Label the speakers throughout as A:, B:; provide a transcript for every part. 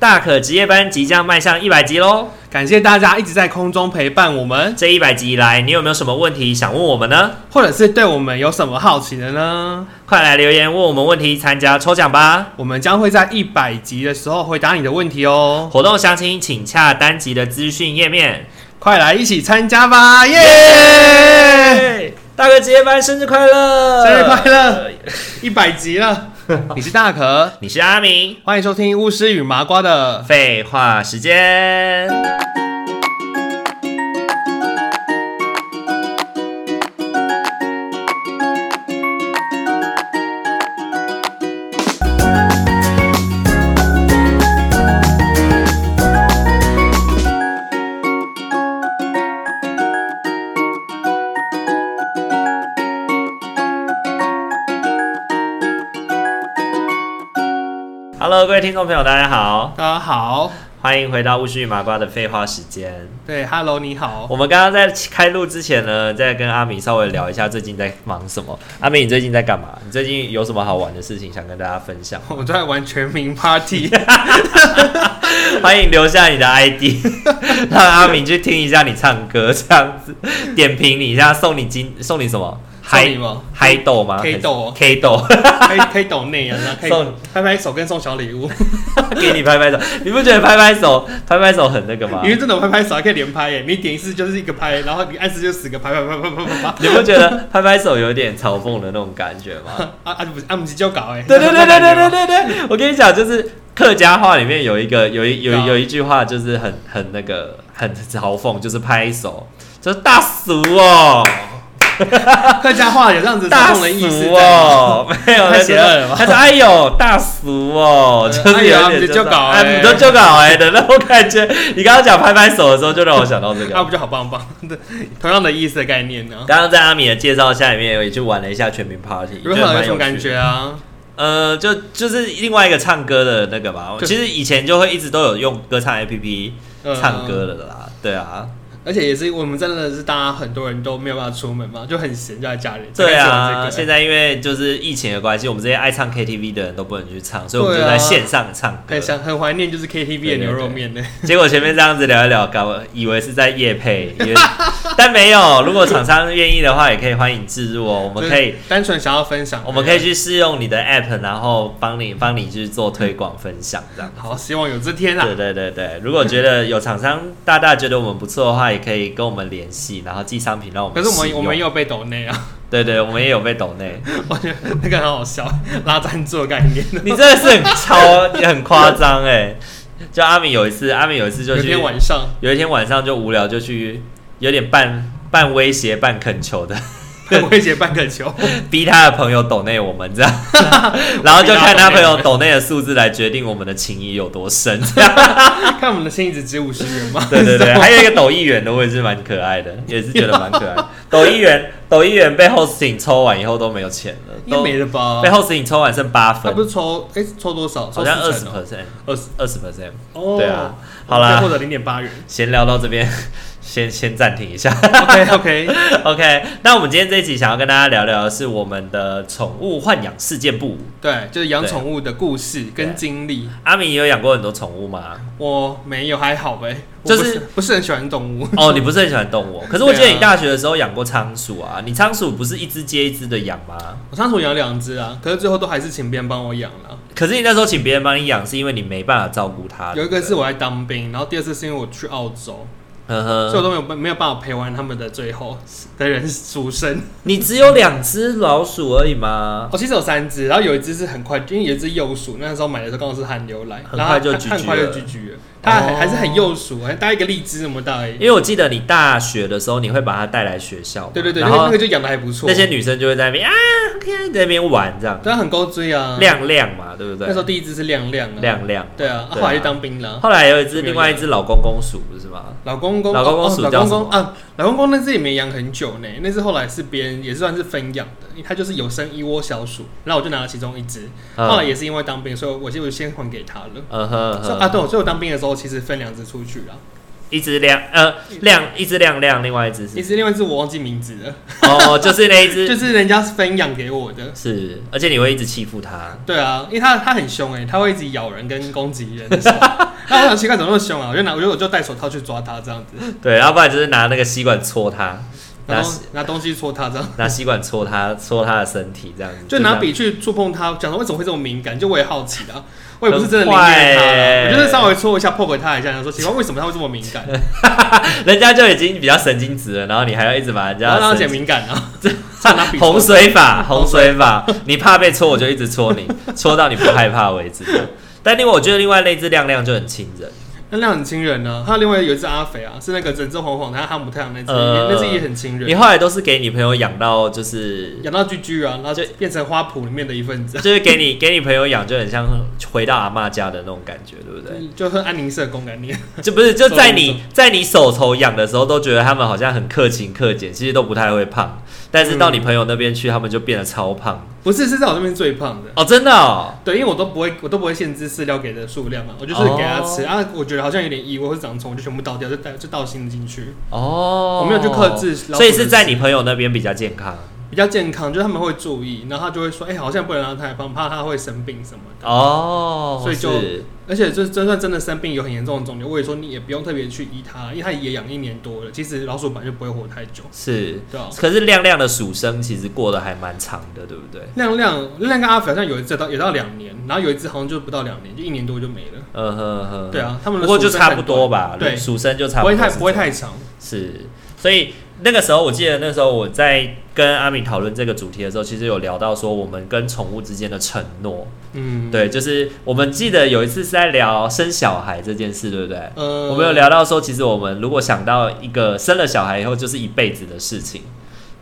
A: 大可职业班即将迈向一百集喽！
B: 感谢大家一直在空中陪伴我们，
A: 这一百集以来，你有没有什么问题想问我们呢？
B: 或者是对我们有什么好奇的呢？
A: 快来留言问我们问题，参加抽奖吧！
B: 我们将会在一百集的时候回答你的问题哦，
A: 活动详情请洽单集的资讯页面。
B: 快来一起参加吧，耶、
A: 大可职业班生日快乐！
B: 生日快！
A: 呃
B: 乐，一百集 了，你是大可，
A: 你是阿明，
B: 欢迎收听巫师与麻瓜的，
A: 废话时间。Hello，各位听众朋友，大家好，
B: 大家好，
A: 欢迎回到巫师与麻瓜的废话时间。
B: 对，Hello，你好，
A: 我们刚刚在开录之前呢，在跟阿明稍微聊一下最近在忙什么。阿明，你最近在干嘛？你最近有什么好玩的事情想跟大家分享？
B: 我在玩全民 Party，
A: 欢迎留下你的 ID，让 阿明去听一下你唱歌，这样子点评你一下，送你金，送你什么？
B: 送你吗
A: 嗨豆吗
B: K 豆哦
A: ，K 豆，
B: 可以可以懂内人啊，可以
A: 送
B: 拍拍手跟送小礼物，
A: 给你拍拍手。你不觉得拍拍手，拍拍手很那个吗
B: 因？为这种拍拍手还可以连拍耶，你点一次就是一个拍，然后你按次就十个拍拍拍拍拍拍
A: 你不觉得拍拍手有点嘲讽的那种感觉吗？
B: 拍，啊啊不是啊不是就搞哎，
A: 对对对对对对对 对，我跟你讲，就是客家话里面有一个有一有
B: 啊
A: 一有一句话，就是很很那个很嘲讽，就是拍手，就是大俗哦，
B: 客家话有这样子
A: 大
B: 嘲讽
A: 俗
B: 的意思在吗，
A: 哦，没有，
B: 太邪恶了吧
A: 他说哎呦大俗哦，
B: 对
A: 就是有
B: 哎呀
A: 点
B: 你就搞
A: 哎，
B: 哎
A: 你都就搞哎的那种感觉。你刚刚讲拍拍手的时候，就让我想到这
B: 那
A: 个。
B: 不就好棒棒？对，同样的意思的概念呢、
A: 刚刚在阿米的介绍下里面，我也去玩了一下全民 Party，
B: 如
A: 觉得
B: 何有
A: 蛮
B: 什么感
A: 趣的
B: 觉啊？
A: 呃，就就是另外一个唱歌的那个吧。
B: 就
A: 其实以前就会一直都有用歌唱 A P P
B: 嗯
A: 唱歌了啦，对啊，
B: 而且也是我们真的是大家很多人都没有办法出门嘛，就很闲就在家里。
A: 对啊。
B: 才开始玩这
A: 现
B: 个
A: 在因为就是疫情的关系，我们这些爱唱 K T V 的人都不能去唱，所以我们就
B: 对
A: 在
B: 啊
A: 线上唱歌。
B: 很想很怀念就是 KTV
A: 对对
B: 的牛肉面呢。
A: 结果前面这样子聊一聊，搞以为是在夜配， 以为但没有。如果厂商愿意的话，也可以欢迎置入哦，我们可以
B: 就。是单纯想要分享，
A: 我们可以去试用你的 app，然后帮你帮你去做推广分享，这样。
B: 好，希望有这天啊
A: 对。对对对，如果觉得有厂商大大觉得我们不错的话，也可以跟我们联系，然后寄商品让我们
B: 可是我
A: 试
B: 们
A: 用
B: 我们也有被抖内啊，
A: 对对，我们也有被抖 内，
B: 我觉得那个很好笑，拉赞助的概念。
A: 你真的是很超 很夸张哎！就阿米有一次，阿米有一次就
B: 有一
A: 去
B: 天晚上
A: 有一天晚上就无聊就去，有点半半威胁半恳求的
B: 很威胁半个球，
A: 逼他的朋友抖内我们这 样，然后就看他朋友抖内的数字来决定我们的情谊有多深。这样
B: 看我们的心只值五十元 吗？
A: 对对对，还有一个抖议员的，我也是蛮可爱的，也是觉得蛮可爱的。抖议员，抖议员被 hosting 抽完以后都没有钱 了，
B: 应该
A: 都
B: 没了吧
A: 被？hosting 抽完剩八
B: 他
A: 分
B: 不，是抽哎抽多少？
A: 好像二十
B: 抽40%
A: percent，
B: 二十
A: 二十 percent。
B: 哦，
A: 对啊好啦
B: 或者零点 八元。
A: 闲聊到这边，先先暂停一下。
B: OK OK，
A: OK，那我们今天这一集想要跟大家聊聊的是我们的宠物豢养事件簿。
B: 对，就是养
A: 对
B: 宠物的故事跟经历。
A: 阿明，你有养过很多宠物 吗？
B: 我没有，还好呗，我
A: 就
B: 不
A: 是
B: 不是很喜欢动物。
A: 哦，你不是很喜欢动物，可是我记得
B: 对啊
A: 你大学的时候养过仓鼠啊。你仓鼠不是一只接一只的养吗？
B: 我上次我养两只啊，可是最后都还是请别人帮我养了。
A: 可是你那时候请别人帮你养，是因为你没办法照顾它。
B: 有
A: 对
B: 一个
A: 啊不对
B: 是，我在当兵，然后第二次是因为我去澳洲，
A: 呵
B: 所
A: 呵，
B: 以我都没有没有办法陪完他们的最后的人出生。
A: 你只有两只老鼠而已吗？
B: 我、哦其实有三只，然后有一只是很快，因为有一只幼鼠，那时候买的时候刚好是寒流来，
A: 很
B: 然
A: 快
B: 后
A: 就
B: 它
A: 居
B: 它很
A: 居
B: 快就
A: 了
B: 居居了，它还
A: 哦
B: 还是很幼鼠，还大概一个荔枝那么大而已。
A: 因为我记得你大学的时候，你会把它带来学校嘛，
B: 对对对，那
A: 然
B: 个那
A: 后
B: 个就养的还不错，
A: 那些女生就会在那边啊，好可爱在那边玩这样，
B: 对它很高追啊，
A: 亮亮嘛，对不
B: 那时候
A: 对？
B: 第一只是亮亮啊，
A: 亮亮。
B: 对啊，啊
A: 对啊
B: 后来就当兵了。
A: 后来有一只另外一只老公公鼠，不是吗？
B: 老公公，
A: 老公公
B: 哦
A: 属
B: 老
A: 叫
B: 公
A: 什么
B: 公啊，老公公那只也没养很久呢，那只后来是别人也算是分养的，因为它就是有生一窝小鼠，然后我就拿了其中一只，
A: 嗯
B: 后来也是因为当兵，所以我就先还给他了。
A: 嗯哼嗯
B: 所以啊，
A: 哼，
B: 对，所以我当兵的时候其实分两只出去了，
A: 一只亮呃亮，一只亮亮，另外一只
B: 一
A: 是
B: 只另外一只我忘记名字了，
A: 哦，嗯就是那一 只
B: 就是人家分养给我的。
A: 是，而且你会一直欺负它，
B: 欸 对啊，因为它它很凶哎，它会一直咬人跟攻击人的时候，那我想奇怪怎么那么凶啊？我就拿，我就我就戴手套去抓它这样子，
A: 对，要不然就是拿那个吸管戳它，拿
B: 然后拿东西戳它这样，
A: 拿吸管戳它，戳它的身体这样子，
B: 就
A: 这
B: 拿
A: 样
B: 笔去触碰它，讲说为什么会这么敏感？就我也好奇的啊，我也不是真的
A: 很
B: 凌虐它
A: 坏
B: 啦，
A: 欸
B: 我就是稍微戳一下，破给它一下，想说奇怪为什么它会这么敏 感，
A: 人家就已经比较神经质了，然后你还要一直把人
B: 然
A: 家
B: 后让它
A: 神
B: 减
A: 经
B: 敏感啊，就拿笔 戳
A: 洪水法， 洪水法，你怕被戳，我就一直戳你，戳到你不害怕为 止。但另外，我觉得另外那只亮亮就很亲人，
B: 那量很亲人呢、还有另外有一只阿肥啊，是那个整只黄黄的，还有哈姆太阳那只，
A: 呃
B: 那只也很亲
A: 你
B: 人。
A: 后来都是给你朋友养到，就是
B: 养到居居啊，然后就变成花圃里面的一份子，
A: 就是给你给你朋友养，就很像回到阿嬷家的那种感觉，对不对？
B: 就和安宁社工概念。
A: 就不是就在
B: 懂
A: 你在你手头养的时候，都觉得他们好像很克勤克俭，其实都不太会胖，但是到你朋友那边去，他们就变得超胖
B: 不是，是在我那边最胖的。
A: 哦，真的哦，
B: 对，因为我都不会，我都不会限制饲料给的数量嘛，啊我就是给它
A: 哦
B: 吃、啊。我觉得好像有点异味或是长虫，我就全部倒掉，就倒就倒新的进去，
A: 哦，
B: 我没有去克制老
A: 所以
B: 鼠
A: 是
B: 的
A: 在
B: 食
A: 你朋友那边比较健康。
B: 比较健康。就是他们会注意，然后他就会说，哎、好像不能让它太胖，怕它会生病什么的。
A: 哦，
B: 所以就是而且就就算真的生病有很严重的肿瘤，我也说你也不用特别去医它，因为它也养一年多了，其实老鼠本来就不会活太久。
A: 是，
B: 对啊，
A: 可是亮亮的鼠生其实过得还蛮长的，对不对？
B: 亮亮亮亮跟阿肥好像有一只到也到两年，然后有一只好像就不到两年，就一年多就没了。
A: 嗯哼哼，
B: 对啊，他们
A: 不
B: 的
A: 过就
B: 鼠生
A: 差不
B: 很
A: 多吧，
B: 对，
A: 鼠生就差
B: 不
A: 不
B: 会
A: 多
B: 太
A: 是
B: 不会
A: 这样
B: 太长。
A: 是，所以那个时候我记得那时候我在跟阿敏讨论这个主题的时候，其实有聊到说我们跟宠物之间的承诺，
B: 嗯，，
A: 对，就是我们记得有一次是在聊生小孩这件事，对不对？
B: 呃，
A: 我们有聊到说，其实我们如果想到一个生了小孩以后就是一辈子的事情，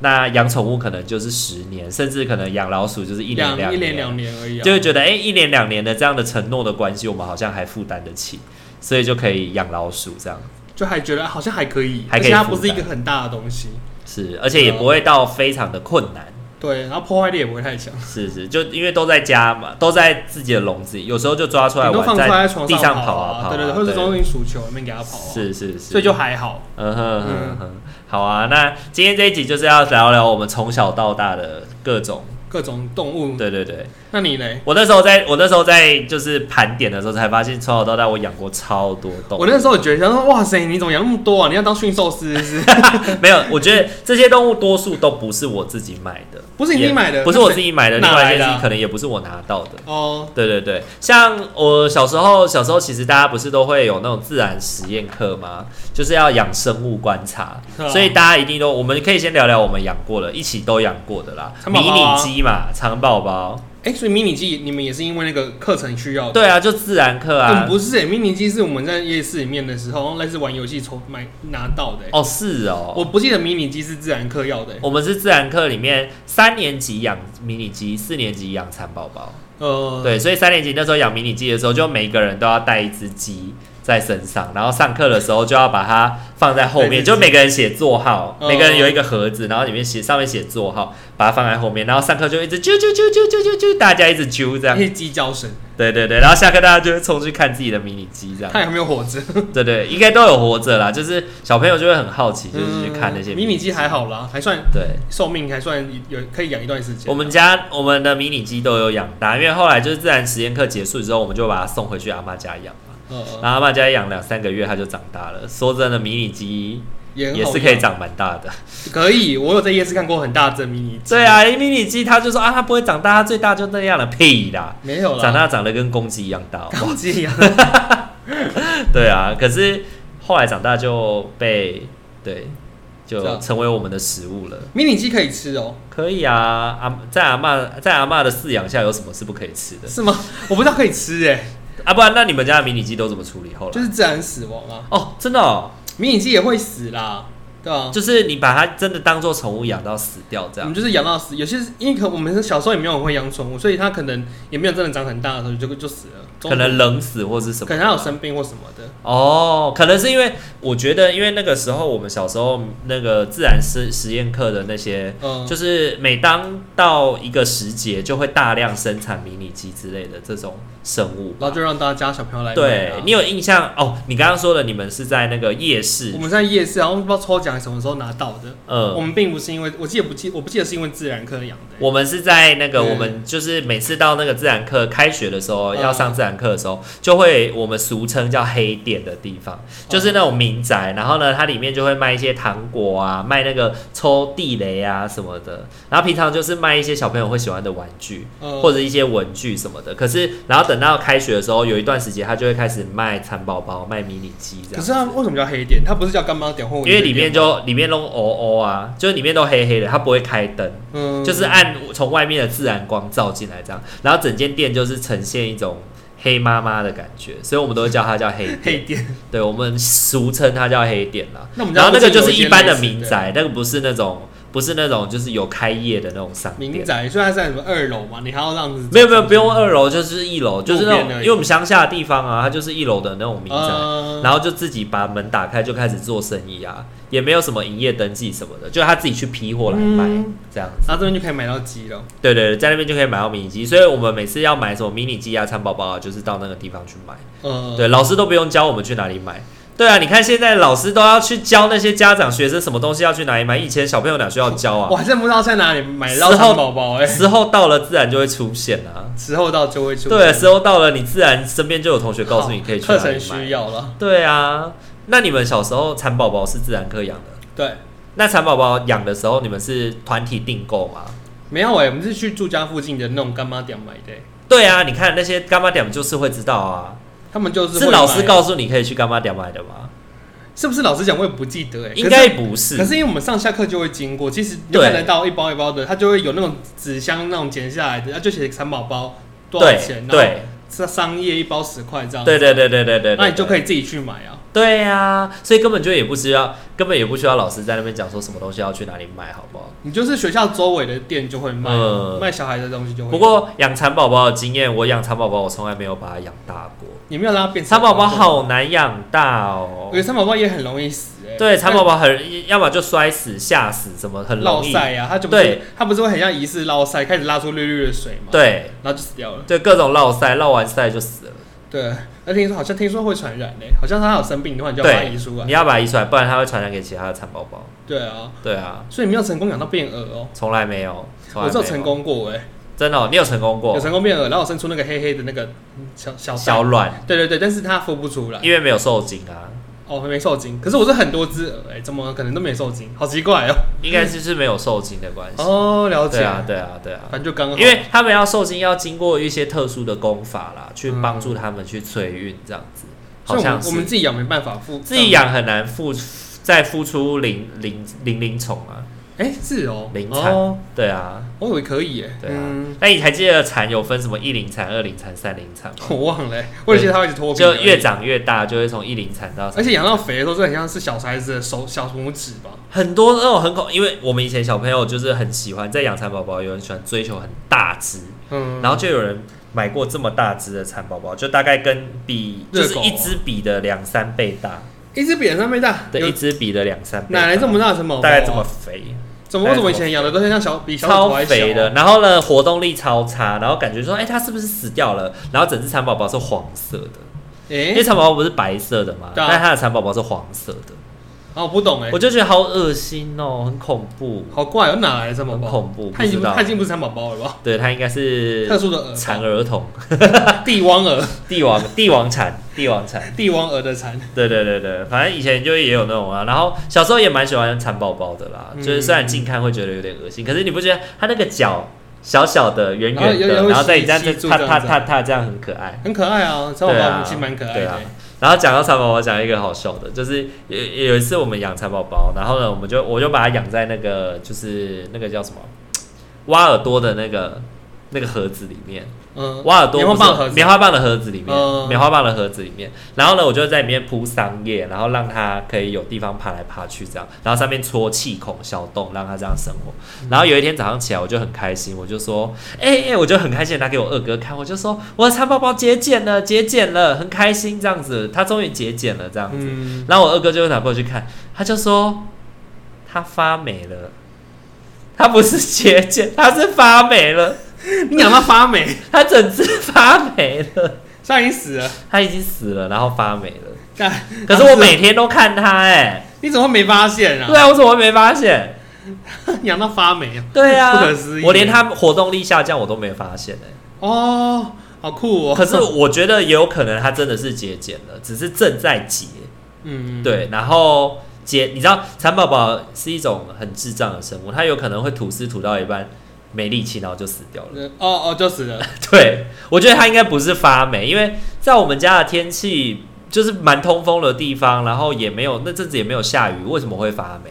A: 那养宠物可能就是十年，甚至可能养老鼠就是一年
B: 两
A: 两
B: 一年两年而已、啊，
A: 就会觉得哎、诶一年两年的这样的承诺的关系，我们好像还负担得起，所以就可以养老鼠这样
B: 就还觉得啊好像还可以，
A: 还可以
B: 而且它
A: 负担
B: 不是一个很大的东西，
A: 是，而且也不会到非常的困难，
B: 对，然后破坏力也不会太强，
A: 是是，就因为都在家嘛，都在自己的笼子里，有时候就抓出来
B: 你都
A: 玩，
B: 放出来在床
A: 地上跑
B: 啊，
A: 跑啊，
B: 对对对，或者中间数球里面给它跑啊，，
A: 是是是，
B: 所以就还好。
A: 嗯哼哼哼，好啊，那今天这一集就是要聊聊我们从小到大的各种，
B: 各种动物，
A: 对对对，
B: 那你嘞？
A: 我那时候在我那时候在就是盘点的时候才发现，从小到大我养过超多动物
B: 我，那时候也觉得，想说哇塞，你怎么养那么多啊？你要当驯兽师是 不是？
A: 没有，我觉得这些动物多数都不是我自己买的，
B: 不是你自己买的
A: 也不是我自己买的，另
B: 哪
A: 外
B: 来
A: 一
B: 的
A: 件
B: 啊
A: 事可能也不是我拿到的。
B: 哦，
A: 对对对，像我小时候，小时候其实大家不是都会有那种自然实验课吗？就是要养生物观察，
B: 啊
A: 所以大家一定都，我们可以先聊聊我们养过的，一起都养过的啦。
B: 蚕宝
A: 迷
B: 宝啊
A: 你鸡嘛，蚕宝宝，
B: 哎、所以迷你机你们也是因为那个课程需要的？
A: 对啊，就自然课
B: 嗯，
A: 啊。
B: 不是、欸，迷你机是我们在夜市里面的时候，类似玩游戏抽买拿到的、欸。
A: 哦，是哦，
B: 我
A: 我
B: 不记得迷你机是自然课要的、欸。
A: 们是自然课里面三年级养迷你鸡，四年级养蚕宝宝。
B: 呃，
A: 对，所以三年级那时候养迷你鸡的时候，就每一个人都要带一只鸡在身上，然后上课的时候就要把它放在后
B: 带一
A: 面，
B: 只
A: 就每个人写座号，
B: 哦
A: 每个人有一个盒子，然后里面写上面写座号，把它放在后面，然后上课就一直啾啾啾啾啾啾啾，大家一直啾这样
B: 那，些鸡叫声，
A: 对对对，然后下课大家就会冲去看自己的迷你鸡这样，
B: 看有没有活着。
A: 对对，应该都有活着啦，就是小朋友就会很好奇，就是去看那些
B: 嗯迷你
A: 鸡
B: 机还。好啦，还算
A: 对，
B: 寿命还算有可以养一段时间。
A: 我们家我们的迷你鸡都有养大，因为后来就是自然实验课结束之后，我们就把它送回去阿妈家养。
B: 呃
A: 然后阿妈家养两三个月，它就长大了。说真的，迷你鸡
B: 也很
A: 也
B: 好
A: 是可以
B: 养，
A: 长蛮大的。
B: 可以。我有在夜市看过很大只的迷你机，
A: 对，啊，迷你鸡它就说啊，它不会长大，它最大就那样了，屁啦！
B: 没有啦，
A: 长大长得跟公鸡一样大哦。
B: 公鸡一样。
A: 对啊，可是后来长大就被对，
B: 这
A: 就
B: 样
A: 成为我们的食物了。
B: 迷你鸡可以吃哦、
A: 可以啊，阿在阿嬷在阿嬷的饲养下，有什么是不可以吃的
B: 是吗？ 我不知道可以吃哎、
A: 啊？不然那你们家的迷你鸡都怎么处理后
B: 就
A: 来？
B: 是自然死亡啊。
A: 哦，真的哦，
B: 迷你鸡也会死啦，对啊。
A: 就是你把它真的当做宠物养到死掉这
B: 我
A: 样
B: 们。就是养到死，有些是因为可我们是小时候也没有很会养宠物，所以它可能也没有真的长很大的时候就就死了，中
A: 可能冷死或是什么，
B: 可能它有生病或什么的。
A: 哦，可能是因为我觉得，因为那个时候我们小时候那个自然实实验课的那些，
B: 嗯，
A: 就是每当到一个时节，就会大量生产迷你鸡之类的这种生物吧。
B: 然后就让大家小朋友来买啊。
A: 对你有印象哦？你刚刚说的，你们是在那个夜市
B: 我，们在夜市，然后不知道抽奖什么时候拿到的。我
A: 嗯，
B: 们并不是因为，我记得不记，我不记得是因为自然科养的、
A: 我们是在那个
B: 嗯
A: 我们就是每次到那个自然课开学的时候，
B: 嗯
A: 要上自然课的时候，就会我们俗称叫黑店的地方，就是那种民宅，然后呢，它里面就会卖一些糖果啊，卖那个抽地雷啊什么的，然后平常就是卖一些小朋友会喜欢的玩具。
B: 呃
A: 或者一些文具什么的。可是，然后等到开学的时候，有一段时间他就会开始卖蚕宝宝、卖迷你机这
B: 可
A: 样
B: 是。它为什么叫黑点？它不是叫干妈点或
A: 因为里面就里面弄哦哦啊，就是里面都黑黑的，它不会开灯，
B: 嗯
A: 就是按从外面的自然光照进来这样，然后整间店就是呈现一种黑妈妈的感觉，所以我们都会叫它叫 黑
B: 黑
A: 店，
B: 点。
A: 对我们俗称它叫黑店啦。
B: 那我们家
A: 然后那个就是
B: 附近有
A: 一般
B: 间
A: 的
B: 类似
A: 民宅，那个不是那种不是那种就是有开业的那种商店
B: 民，宅，虽然在什么二楼嘛，你还要让子
A: 没有没有，不用二楼，就是一楼，就是那种
B: 边而已
A: 因为我们乡下的地方啊，它就是一楼的那种民宅，
B: 呃
A: 然后就自己把门打开就开始做生意啊，也没有什么营业登记什么的，就他自己去批货来卖、
B: 嗯
A: 这样。
B: 然后这边就可以买到鸡了。
A: 对对对，在那边就可以买到迷你机，所以我们每次要买什么迷你机啊、蚕宝宝啊，就是到那个地方去买。
B: 呃，
A: 对，老师都不用教我们去哪里买。对啊，你看现在老师都要去教那些家长学生什么东西要去哪里买，以前小朋友哪需要教
B: 我
A: 啊？
B: 还真不知道在哪里买到
A: 时候
B: 汉堡包哎、
A: 时候到了自然就会出现啊。
B: 时候到就会出现。
A: 对，啊时候到了，你自然身边就有同学告诉你
B: 好
A: 可以去
B: 课
A: 哪
B: 程
A: 里
B: 需
A: 买。
B: 要了。
A: 对啊，那你们小时候蚕宝宝是自然科养的，
B: 对，
A: 那蚕宝宝养的时候，你们是团体订购吗？
B: 没有哎、我们是去住家附近的那种干妈店买的欸、
A: 对啊，你看那些干妈点就是会知道啊，
B: 他们就是
A: 是
B: 会
A: 老师
B: 买，
A: 告诉你可以去干妈点买的吗？
B: 是不是老师讲我也不记得哎、
A: 应该
B: 可
A: 不
B: 是
A: 是，
B: 可是因为我们上下课就会经过，其实你就
A: 对
B: 看得到一包一包的，它就会有那种纸箱那种剪下来的，它就写蚕宝包多少钱，然后
A: 对
B: 是商业一包十块这样，
A: 对对对对对对对，
B: 那你就可
A: 以。
B: 以自己去买啊。
A: 对啊，所以根本就也不需要，根本也不需要老师在那边讲说什么东西要去哪里买，好不好？
B: 你就是学校周围的店就会卖、
A: 嗯
B: 卖小孩的东西就会。
A: 不过养蚕宝宝的经验，我养蚕宝宝我从来没有把它养大过。
B: 你没有让它变成
A: 蚕宝宝，好难养大哦
B: 我觉。得蚕宝宝也很容易死哎、
A: 对，蚕宝宝很，要么就摔死、吓死，什么很
B: 落
A: 容易。
B: 晒呀，它就不是
A: 对
B: 它不是会很像疑似落晒，开始拉出绿绿的水嘛，，
A: 对
B: 然后就死掉了。
A: 对，各种落晒，落完晒就死了。
B: 对，而听说好像听说会传染呢、欸好像它有生病的话，你就要把它
A: 对
B: 移出，来。
A: 你要把它移出来，不然它会传染给其他的蚕宝宝。
B: 啊对啊，
A: 对啊，
B: 所以你没有成功养到变鹅哦、
A: 从来没有，从来
B: 我
A: 没
B: 只有成，功过哎、
A: 真的哦、你有成功
B: 有
A: 过？
B: 成功变鹅，然后我生出那个黑黑的那个小小蛋
A: 小，卵，
B: 对对对，但是它孵不出来，
A: 因为没有受精啊，
B: 哦，还没受精。可是我是很多只鹅哎、怎么可能都没受精？好奇怪哦、
A: 应该就是没有受精的关系。
B: 哦，了解，
A: 对啊，对啊，对啊
B: 反，正就刚好，
A: 因为他们要受精，要经过一些特殊的功法啦，去帮助他们去催孕，这样子。
B: 所
A: 好
B: 嗯以我
A: 像
B: 们
A: 是
B: 我们自己养没办法孵，
A: 自己，养很难付再孵出零零零零虫啊，
B: 哎、是哦、
A: 零产。
B: 哦，
A: 对啊，
B: 我以为可以哎、
A: 对啊。
B: 嗯
A: 那你还记得蚕有分什么一零蚕、二零蚕、三零蚕吗？
B: 我忘了、欸，我以为它会一直脱皮
A: 就
B: 而已，
A: 越长越大，就会从一零蚕到
B: 而且养到肥的时候，就很像是小孩子的手小拇指吧。
A: 很多那种很恐，因为我们以前小朋友就是很喜欢在养蚕宝宝，有人喜欢追求很大只，
B: 嗯，
A: 然后就有人买过这么大只的蚕宝宝，就大概跟比就
B: 热
A: 是
B: 狗
A: 一只比的两三倍大，
B: 一只比人上面大，
A: 对，
B: 有
A: 一只比的两三倍大，
B: 哪来这么大的城堡包啊？
A: 大概这么肥，
B: 怎么为什么以前养的都是像小比小
A: 超
B: 狗还小啊
A: 肥的，？然后呢活动力超差，然后感觉说，哎、它是不是死掉了？然后整只蚕宝宝是黄色的，因为
B: 哎，
A: 蚕宝宝不是白色的嘛，
B: 对啊
A: 但它的蚕宝宝是黄色的，
B: 啊，我不懂哎
A: 我，就觉得好恶心哦，很恐怖。
B: 好怪哦，哪来的城堡
A: 很
B: 包？
A: 恐怖
B: 它已经
A: 不知道
B: 它已经不是蚕宝宝了吧？
A: 对，它应该是
B: 特殊的鹅，
A: 蚕呃儿童，
B: 帝王鹅，
A: 帝王帝王蚕，帝王蚕。
B: 帝王鹅的蚕。
A: 对对对对，反正以前就也有那种啊，然后小时候也蛮喜欢蚕宝宝的啦，
B: 嗯
A: 就是虽然近看会觉得有点恶心，可是你不觉得它那个脚小小的、圆
B: 然后
A: 圆
B: 哦有有
A: 的，
B: 会
A: 然后再你这样
B: 吸
A: 子
B: 吸住
A: 踏
B: 这样
A: 踏
B: 子
A: 踏踏，这样很可爱。
B: 很可爱啊，蚕宝
A: 对
B: 宝
A: 啊
B: 其实蛮可爱
A: 对
B: 的、
A: 啊然后讲到蚕宝宝，讲一个好笑的，就是有有一次我们养蚕宝宝，然后呢，我们就我就把它养在那个就是那个叫什么挖耳朵的那个那个盒子里面，
B: 嗯，
A: 挖耳朵
B: 棉花
A: 不是
B: 棒盒子
A: 棉花棒的盒子里面，
B: 嗯
A: 棉花棒的盒子里面。然后呢，我就在里面铺桑叶，然后让它可以有地方爬来爬去这样，然后上面戳气孔小洞，让它这样生活。
B: 嗯
A: 然后有一天早上起来，我就很开心，我就说，哎、哎、我就很开心地拿给我二哥看，我就说我的蚕宝宝节俭了，节俭了，很开心这样子，它终于节俭了这样子。
B: 嗯，
A: 然后我二哥就拿过去看，他就说它发霉 了，它不是节俭，它是发霉了。
B: 你养到发霉，
A: 它整只发霉了，
B: 现在已经死了，
A: 它已经死了，然后发霉了。
B: 啊干，
A: 可是我 每天都看它、哎，
B: 你怎么会没发现
A: 对
B: 啊？
A: 啊，我怎么会没发现？
B: 养到发霉啊！
A: 对啊，
B: 不可思议
A: 我连它活动力下降我都没发现哎、
B: 哦，好酷哦！
A: 可是我觉得也有可能它真的是节俭了，只是正在节。
B: 嗯，
A: 对，然后节，你知道蚕宝宝是一种很智障的生物，它有可能会吐丝吐到一半没力气，然后就死掉了。
B: 呃，哦哦，就死了。
A: 对，我觉得它应该不是发霉，因为在我们家的天气就是蛮通风的地方，然后也没有那阵子也没有下雨，为什么会发霉？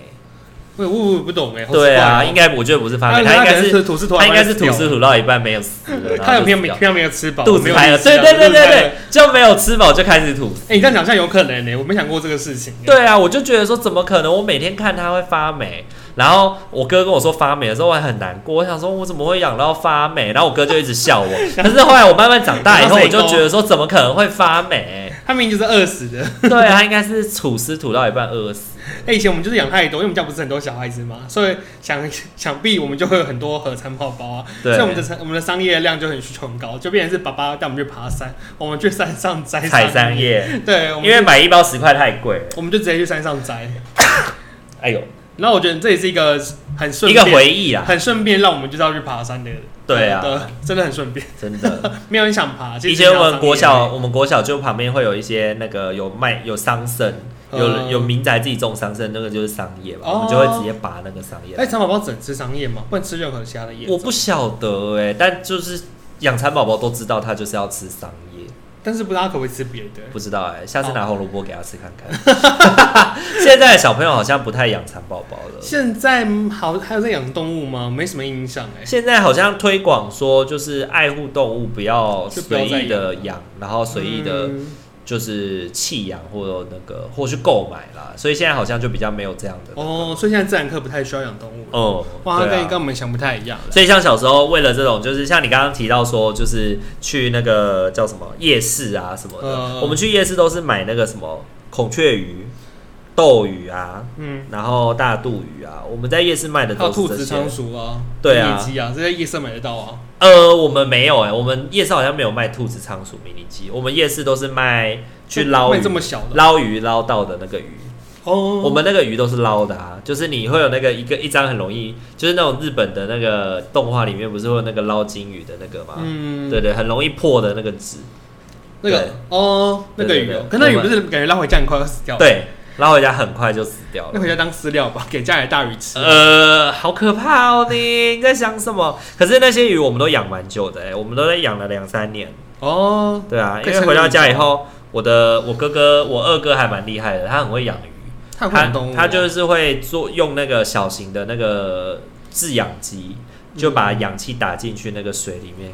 B: 我也我也不懂哎，好奇
A: 对啊，
B: 怪哦
A: 应该我觉得不是发
B: 他
A: 霉，它应该
B: 可能
A: 是
B: 吐司吐完
A: 它应该是
B: 就死
A: 吐
B: 掉了
A: 丝吐到一半没有死了，然后
B: 他有没有
A: 就死
B: 没
A: 掉
B: 他没有吃饱，
A: 肚子
B: 没
A: 开
B: 有
A: 了？
B: 意思啊
A: 对对对
B: 肚子
A: 对
B: 开了
A: 对，就没有吃饱就开始吐。
B: 哎，你这样讲像有可能呢，我没想过这个事情。，欸
A: 对啊，我就觉得说怎么可能？我每天看它会发霉，然后我哥跟我说发霉的时候，我还很难过，我想说我怎么会养到发霉？然后我哥就一直笑我。 可是后来我慢慢长大以后，我就觉得说怎么可能会发霉？
B: 他明明就是饿死的。
A: 对啊，他应该是吐丝吐到一半饿死。
B: 哎，以前我们就是养太多，因为我们家不是很多小孩子嘛，所以想 想必我们就会有很多盒蚕宝宝啊，所
A: 对
B: 以我们的产我们的商业量就很需求很高，就变成是爸爸带我们去爬山，我们去山上摘
A: 采山，叶，
B: 对，我们
A: 因为买一包十块太贵了。
B: 我们就直接去山上摘。
A: 哎呦，
B: 然后我觉得这也是一个很顺
A: 一
B: 便
A: 个回忆啊，
B: 很顺便让我们就是要去爬山的，
A: 对啊
B: 的， 真的很顺便，
A: 真的。
B: 没有人想爬。其实
A: 以前我们国
B: 要
A: 小，
B: 上夜
A: 我们国小就旁边会有一些那个有卖有桑葚，有
B: 嗯
A: 有民宅自己种桑葚，那个就是桑叶嘛，
B: 哦
A: 我们就会直接拔那个桑叶
B: 哎，。蚕宝宝整吃桑叶吗？不能吃任何其他的叶。
A: 我不晓得哎、但就是养蚕宝宝都知道它就是要吃桑叶，
B: 但是不知道它可不可以吃别的。
A: 不知道哎、
B: 哦
A: 下次拿红萝卜给它吃看看。 现在的小朋友好像不太养蚕宝宝了。
B: 现在好还有在养动物吗？没什么影响哎。
A: 现在好像推广说，就是爱护动物，不要
B: 就不要
A: 随
B: 再
A: 意的养，然后随意的，
B: 嗯
A: 就是弃养或者那个或去购买啦。所以现在好像就比较没有这样的。
B: 哦，所以现在自然课不太需要养动物。
A: 哦，
B: 哇，
A: 对啊
B: 跟跟我们想不太一样了。
A: 所以像小时候为了这种，就是像你刚刚提到说，就是去那个叫什么夜市啊什么的，
B: 嗯
A: 我们去夜市都是买那个什么孔雀鱼、斗鱼啊，
B: 嗯，
A: 然后大肚鱼啊，我们在夜市卖的
B: 还有
A: 都
B: 兔
A: 是这
B: 子、
A: 些。
B: 仓鼠啊，
A: 对啊
B: 野鸡啊，这些夜市买得到啊。
A: 呃，我们没有哎、我们夜市好像没有卖兔子、仓鼠、迷你鸡，我们夜市都是卖去捞
B: 卖
A: 鱼
B: 这、么小的
A: 捞鱼捞到的那个鱼。
B: 哦，
A: 我们那个鱼都是捞的啊，就是你会有那个一个一张很容易，就是那种日本的那个动画里面不是会有那个捞金鱼的那个吗？
B: 嗯
A: 对对，很容易破的那个纸，
B: 那个
A: 对
B: 哦，那个鱼哦，可
A: 对对对
B: 那鱼不是感觉拉回家很快要死掉？，
A: 对，然后回家很快就死掉
B: 哦那
A: 了。
B: 回家当饲料吧，给家里的大鱼吃。
A: 呃，好可怕哦！你你在想什么？可是那些鱼我们都养蛮久的、欸，我们都在养了两三年。
B: 哦，
A: 对啊，因
B: 可以
A: 为
B: 生
A: 回到
B: 鱼
A: 家以
B: 吗
A: 后，我的我哥哥我二哥还蛮厉害的，他很会养鱼，
B: 它
A: 他
B: 很动物啊，
A: 他就是会做用那个小型的那个制氧机，
B: 嗯
A: 就把氧气打进去那个水里面，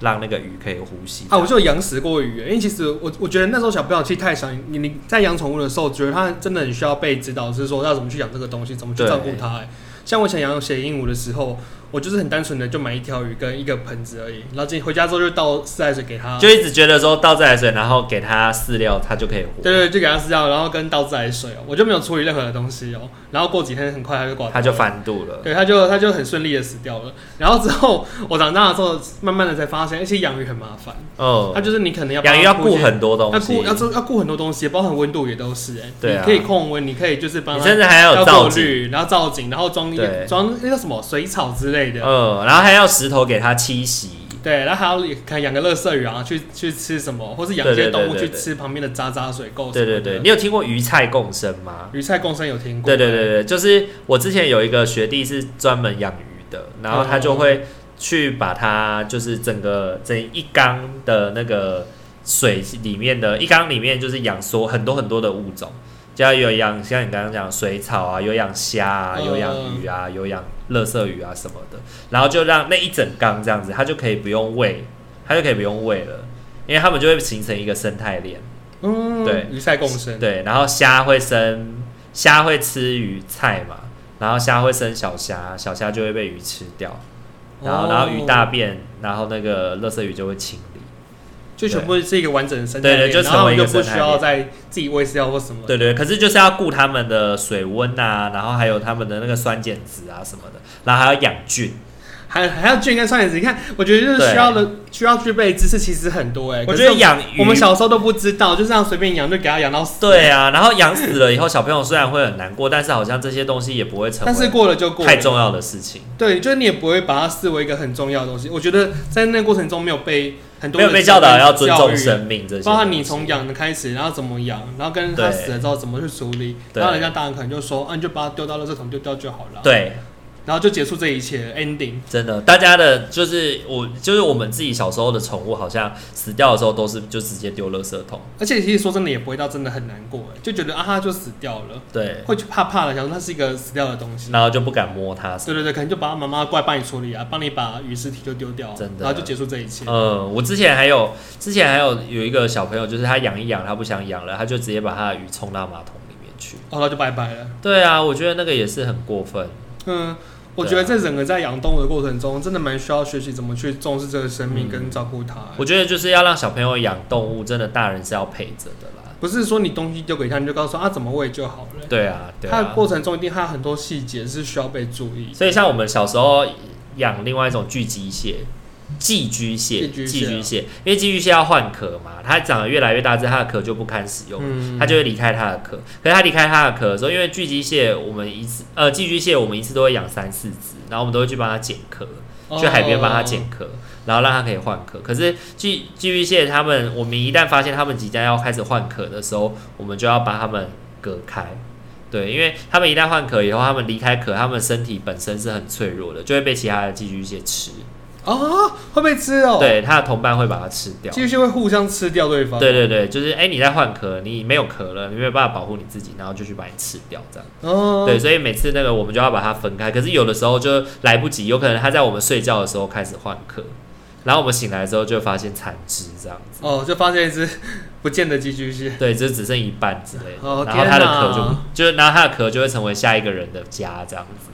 A: 让那个鱼可以呼吸。
B: 啊，我就有养死过鱼，因为其实我我觉得那时候小朋友气太小，你你在养宠物的时候，觉得它真的很需要被指导，是说要怎么去养这个东西，怎么去照顾它、欸。像我想养血鹦鹉的时候，我就是很单纯的就买一条鱼跟一个盆子而已，然后自己回家之后就倒自来水给它，
A: 就一直觉得说倒自来水，然后给它饲料，它就可以活，
B: 对对，就给它饲料，然后跟倒自来水哦、我就没有处理任何的东西哦、然后过几天很快它就挂掉了，
A: 它就翻肚了。
B: 对，他就他就很顺利的死掉了。然后之后我长大了之后，慢慢的才发现，而且养鱼很麻烦，
A: 哦
B: 它，就是你可能要帮
A: 养鱼
B: 它
A: 要顾
B: 一些
A: 很多东
B: 要
A: 西，
B: 顾要做要顾很多东西，包含温度也都是哎、
A: 对啊
B: 你可以控温，你可以就是帮
A: 你
B: 它
A: 甚至还要有
B: 要
A: 造
B: 过
A: 景，
B: 滤，然后造景，然后装一
A: 对
B: 个装那叫什么水草之类的，
A: 嗯，然后还要石头给它栖息，
B: 对，然后还要看养个乐色鱼啊，去去吃什么，或是养一
A: 对对
B: 些
A: 对
B: 动物
A: 对
B: 去
A: 对
B: 吃旁边的渣渣水垢什
A: 对
B: 么
A: 对
B: 的。
A: 对，你有听过鱼菜共生吗？
B: 鱼菜共生有听过？
A: 对对对对，就是我之前有一个学弟是专门养鱼的，然后他就会去把它就是整个整一缸的那个水里面的一缸里面就是养所很多很多的物种，就要有养像你刚刚讲水草啊，有养虾啊，
B: 嗯
A: 有养鱼啊，有养乐色鱼啊什么的，然后就让那一整缸这样子，它就可以不用喂，它就可以不用喂了，因为它们就会形成一个生态链。
B: 嗯，
A: 对
B: 鱼菜共生。
A: 对，然后虾会生，虾会吃鱼菜嘛，然后虾会生小虾，小虾就会被鱼吃掉，然后、
B: 哦
A: 然后鱼大便，然后那个垃圾鱼就会清理，
B: 就全部是一个完整的生态
A: 对对
B: 链
A: 就
B: 然后
A: 成为一个
B: 就不
A: 生态
B: 需要
A: 链
B: 再自己喂饲料或什么。
A: 对对，可是就是要顾它们的水温啊，然后还有它们的那个酸碱值啊什么的，然后还要养菌，
B: 还还要卷跟酸碱值。你看，我觉得就是需要的需要具备的知识其实很多哎、
A: 我
B: 可
A: 觉
B: 是
A: 得养鱼
B: 我们小时候都不知道，就这样随便养就给它养到死。
A: 对啊，然后养死了以后，小朋友虽然会很难过，但是好像这些东西也不会成
B: 但是
A: 为
B: 过了就过了，
A: 太重要的事情，
B: 对，就是你也不会把它视为一个很重要的东西。我觉得在那个过程中没有被很多
A: 没有被教导要尊重，生命这些东西。
B: 包括你从养的开始，然后怎么养，然后跟他
A: 对
B: 死了之后怎么去处理，
A: 对
B: 然后人家大人可能就说，啊，你就把它丢到垃圾桶丢掉就好了，
A: 对，
B: 然后就结束这一切 ending。
A: 真的，大家的就是我，就是我们自己小时候的宠物，好像死掉的时候都是就直接丢垃圾桶。
B: 而且其实说真的，也不会到真的很难过，就觉得啊，它就死掉了，
A: 对，
B: 会去怕怕的，想说它是一个死掉的东西。
A: 然后就不敢摸它。
B: 对对对，可能就把它妈妈过来帮你处理啊，帮你把鱼尸体就丢掉，啊
A: 真的
B: 然后就结束这一切。
A: 嗯，我之前还有，之前还有有一个小朋友，就是他养一养，他不想养了，他就直接把他的鱼冲到马桶里面去。
B: 哦，那就拜拜了。
A: 对啊，我觉得那个也是很过分。
B: 嗯，我
A: 啊
B: 觉得在整个在养动物的过程中，真的蛮需要学习怎么去重视这个生
A: 嗯
B: 命跟照顾它、
A: 我觉得就是要让小朋友养动物，真的大人是要陪着的啦。
B: 不是说你东西丢给他，你就告诉他、啊、怎么喂就好了。
A: 对啊，对
B: 它
A: 啊
B: 的。过程中一定还有很多细节是需要被注意。
A: 所以像我们小时候养另外一种巨脊蟹，寄居蟹，
B: 寄居蟹
A: 寄
B: 啊
A: 居蟹，因为寄居蟹要换壳嘛，它长得越来越大只，它的壳就不堪使用。
B: 嗯，
A: 它就会离开它的壳，可是它离开它的壳的时候，因为巨脊蟹我们一次呃寄居蟹我们一次都会养三四只，然后我们都会去帮它剪壳，去海边
B: 哦
A: 帮它剪壳，然后让它可以换壳。可是寄寄居蟹它们，我们一旦发现它们即将要开始换壳的时候，我们就要把它们隔开。对，因为它们一旦换壳以后，它们离开壳，它们身体本身是很脆弱的，就会被其他的寄居蟹吃。
B: 哦哦，会被吃哦。，
A: 对，它的同伴会把它吃掉。
B: 寄居蟹会互相吃掉对方。
A: 对对对，就是哎、你在换壳，你没有壳了，你没有办法保护你自己，然后就去把你吃掉这样。
B: 哦，
A: 对，所以每次那个我们就要把它分开。可是有的时候就来不及，有可能它在我们睡觉的时候开始换壳，然后我们醒来之后就发现残肢这样子，
B: 哦，就发现一只 不见的寄居蟹。
A: 对，就只剩一半之类的。
B: 哦
A: 然后它的壳
B: 天
A: 就
B: 哪
A: 就是，然后它的壳就会成为下一个人的家这样子。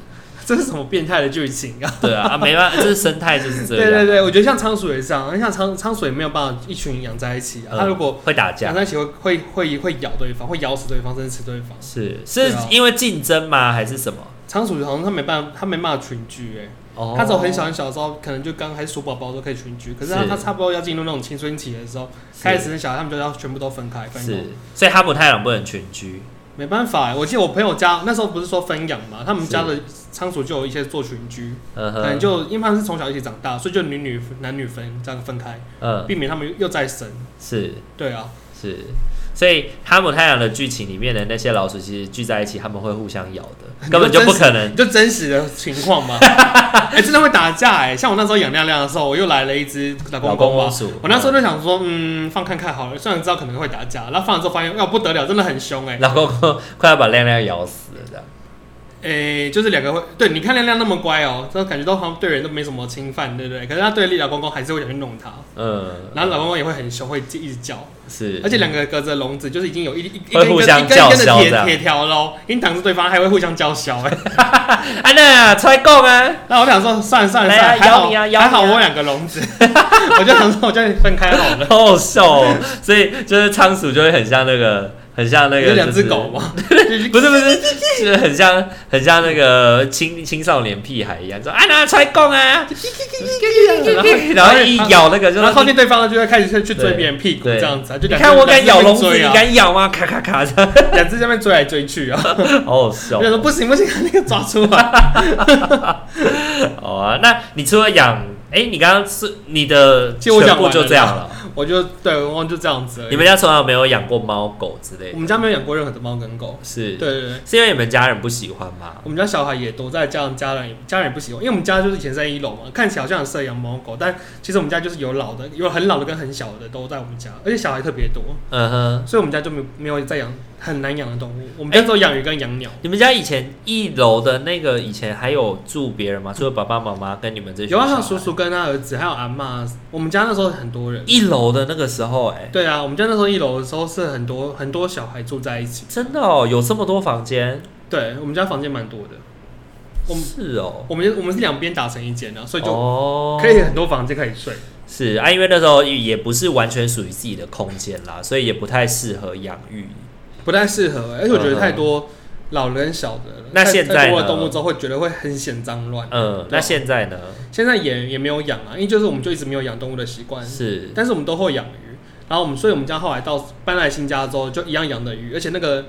B: 这是什么变态的剧情啊？
A: 对啊，啊没办法，这是生态就是这
B: 对
A: 样。啊
B: 对对，我觉得像仓鼠也是这样，像仓仓鼠也没有办法一群养在一起啊。
A: 嗯
B: 它如果
A: 会打
B: 养
A: 架。
B: 在一起会会会会咬对方，会咬死对方，甚至吃对方。
A: 是
B: 对
A: 是
B: 啊
A: 因为竞争吗？还是什么？
B: 仓鼠好像它没办法，它没办法群居哎、
A: 哦
B: 它只有很小很小的时候，可能就刚开始鼠宝宝都可以群居，可是它
A: 是
B: 它差不多要进入那种青春期的时候，开始很小，它们就要全部都分开分
A: 是
B: 笼。，
A: 所以哈姆太郎不能群居。
B: 没办法、欸我记得我朋友家那时候不是说分养嘛，他们
A: 是
B: 家的仓鼠就有一些做群居，
A: 嗯
B: 可能
A: 哼，
B: 就因为他们是从小一起长大，所以就女女男女分这样分开，
A: 嗯，
B: 避免他们又再生。
A: 是
B: 对啊，
A: 是。所以《哈姆太郎》的剧情里面的那些老鼠，其实聚在一起，他们会互相咬 的，根本就不可能。
B: 就真实的情况 嘛。哎、真的会打架哎、像我那时候养亮亮的时候，我又来了一只老公
A: 老
B: 公
A: 公
B: 嘛
A: 公，鼠，
B: 我那时候就想说，嗯，放看看好了，虽然知道可能会打架，然后放了之后发现，要不得了，真的很凶哎、
A: 老公公 快要把亮亮咬死了，这样。
B: 诶、哎就是两个会，对，你看亮亮那么乖哦，这感觉到好像对人都没什么侵犯，对不对？可是他对老公公还是会想去弄他，
A: 嗯，
B: 然后老公公也会很凶，会一直叫，
A: 是，
B: 而且两个隔着笼子，就是已经有一一一
A: 会
B: 根一
A: 互
B: 根
A: 相
B: 一根一根
A: 叫
B: 的
A: 嚣
B: 铁
A: 这样
B: 铁条喽，已经挡住对方，还会互相叫嚣哎、
A: 安娜出来供啊，
B: 然后我想说，算了算了
A: 来
B: 算
A: 啊
B: 了，还好
A: 咬你啊咬你
B: 还
A: 啊
B: 好我有两个笼子， 我就想说我就分开好了，
A: 好好笑哦。所以就是仓鼠就会很像那个，很像那
B: 有
A: 个
B: 两只
A: 就是
B: 狗嘛，
A: 不是不是，就是很像很像那个青青少年屁孩一样，说安娜出来供啊，然后一咬那个就
B: 然后靠
A: 是
B: 近对方就会开始去追别人屁股这样子啊，就
A: 你
B: 两
A: 看我敢咬
B: 两
A: 笼
B: 只
A: 子，
B: 在那
A: 你
B: 边追啊，
A: 敢咬吗？咔咔咔 这样，
B: 两只在那边追来追去啊，
A: 好好笑
B: 我想说不行不行，那个抓出来，
A: 哦啊！那你除了养，哎、你刚刚是你的
B: 其实我
A: 全
B: 讲
A: 部
B: 完
A: 就
B: 了
A: 这样了。
B: 我就对嗯我就这样子而已。
A: 你们家从来没有养过猫狗之类
B: 我
A: 的？
B: 们家没有养过任何的猫跟狗，
A: 是
B: 对，对对。
A: 是因为你们家人不喜欢吗？
B: 我们家小孩也躲在，加上家人也家人也不喜欢，因为我们家就是以前在一楼嘛，看起来好像很适合养猫狗，但其实我们家就是有老的，有很老的跟很小的都在我们家，而且小孩特别多，
A: 嗯哼，
B: 所以我们家就没没有再养很难养的动
A: 哎
B: 物，我们家只有养鱼跟养鸟。
A: 你们家以前一楼的那个以前还有住别人吗？除了爸爸妈妈跟你们这些
B: 有啊，
A: 小
B: 还
A: 孩
B: 有叔叔跟他儿子，还有阿嬷。我们家那时候很多人。
A: 一楼的那个时候、哎，
B: 对啊，我们家那时候一楼的时候是很多很多小孩住在一起。
A: 真的哦，有这么多房间？
B: 对，我们家房间蛮多的。我们
A: 是哦，
B: 我们我们是两边打成一间啊，所以就
A: 哦
B: 可以很多房间可以睡。
A: 是啊，因为那时候也不是完全属于自己的空间啦，所以也不太适合养育。
B: 欸不太适合、而且我觉得太多老的跟小的了。
A: 那
B: 太
A: 现在
B: 太多了
A: 呢
B: 动物之后会觉得会很显脏乱。
A: 嗯，那现在呢？
B: 现在也也没有养啊，因为就是我们就一直没有养动物的习惯，
A: 是
B: 但是我们都会养鱼。然后我们，所以我们家后来到搬来新家之后，就一样养的鱼，而且那个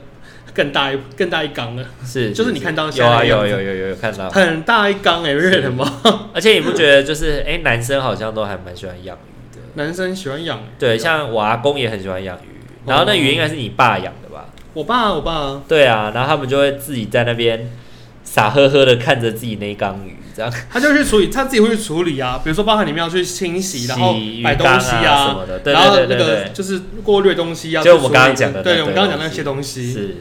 B: 更大一更大一缸了，
A: 是，
B: 就是你看到现
A: 有
B: 在
A: 啊
B: 的
A: 有
B: 样子
A: 有有有有看到，
B: 很大一缸哎、欸，热的吗？
A: 而且你不觉得就是哎、男生好像都还蛮喜欢养鱼的。
B: 男生喜欢养鱼，啊
A: 对，像我阿公也很喜欢养鱼，然后那
B: 哦
A: 鱼应该是你爸养的吧？
B: 我爸我爸
A: 对啊，然后他们就会自己在那边傻呵呵的看着自己那一缸鱼，这样
B: 他就去处理，他自己会去处理啊，比如说包含你们要去清洗，然后
A: 洗鱼
B: 摆东
A: 缸
B: 西
A: 啊什么的，对
B: 然后
A: 对
B: 那
A: 对
B: 个
A: 对
B: 就是过滤东西啊，
A: 就
B: 去
A: 我们
B: 处
A: 刚刚
B: 理
A: 讲的那
B: 对，
A: 堆
B: 我们刚刚讲
A: 东
B: 那
A: 西
B: 些东
A: 对，
B: 西，
A: 是。